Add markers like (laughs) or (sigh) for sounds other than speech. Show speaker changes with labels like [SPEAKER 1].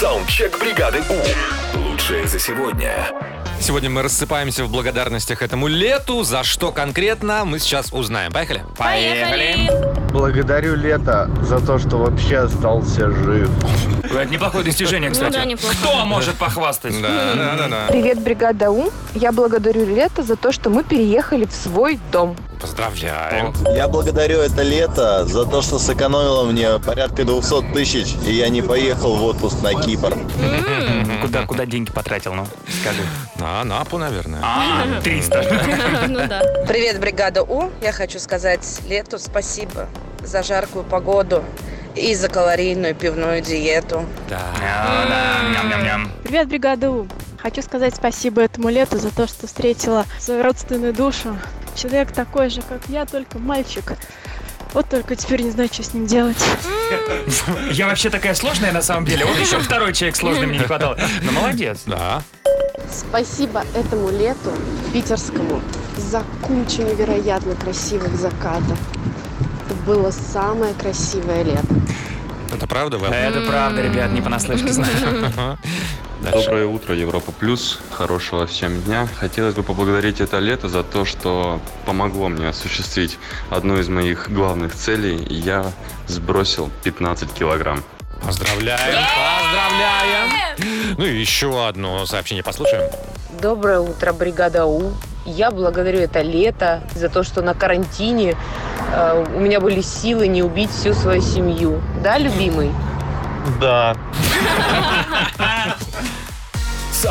[SPEAKER 1] Саундчек бригады У. Лучшее за сегодня.
[SPEAKER 2] Сегодня мы рассыпаемся в благодарностях этому лету. За что конкретно, мы сейчас узнаем. Поехали?
[SPEAKER 3] Благодарю лето за то, что вообще остался жив.
[SPEAKER 4] Это неплохое достижение, кстати.
[SPEAKER 5] да, неплохо.
[SPEAKER 4] Кто может похвастать?
[SPEAKER 2] Да, да, да, да.
[SPEAKER 6] Привет, бригада У. Я благодарю лето за то, что мы переехали в свой дом.
[SPEAKER 2] Поздравляем.
[SPEAKER 7] Я благодарю это лето за то, что сэкономило мне порядка 200 тысяч, и я не поехал в отпуск на Кипр.
[SPEAKER 4] Куда, куда деньги потратил, ну? Скажи.
[SPEAKER 2] На Анапу, наверное.
[SPEAKER 4] А, 300.
[SPEAKER 5] (laughs) Ну да.
[SPEAKER 8] Привет, бригада У. Я хочу сказать лету спасибо за жаркую погоду и за калорийную пивную диету.
[SPEAKER 2] Да.
[SPEAKER 4] Да, ням-ням-ням.
[SPEAKER 9] Привет, бригада У. Хочу сказать спасибо этому лету за то, что встретила свою родственную душу. Человек такой же, как я, только мальчик. Вот только теперь не знаю, что с ним делать.
[SPEAKER 4] Я вообще такая сложная на самом деле. Вот (laughs) еще второй человек сложный мне не (laughs) хватало. Ну, молодец.
[SPEAKER 2] Да.
[SPEAKER 9] Спасибо этому лету питерскому за кучу невероятно красивых закатов. Это было самое красивое лето.
[SPEAKER 2] Это правда, Вэл?
[SPEAKER 4] Это правда, ребят, не понаслышке знаю.
[SPEAKER 2] Ага. Дальше.
[SPEAKER 10] Доброе утро, Европа Плюс. Хорошего всем дня. Хотелось бы поблагодарить это лето за то, что помогло мне осуществить одну из моих главных целей. Я сбросил 15 килограмм.
[SPEAKER 2] Поздравляем. Поздравляем. Ну и еще одно сообщение послушаем.
[SPEAKER 8] Доброе утро, бригада У. Я благодарю это лето за то, что на карантине э, у меня были силы не убить всю свою семью. Да, любимый?
[SPEAKER 7] Да,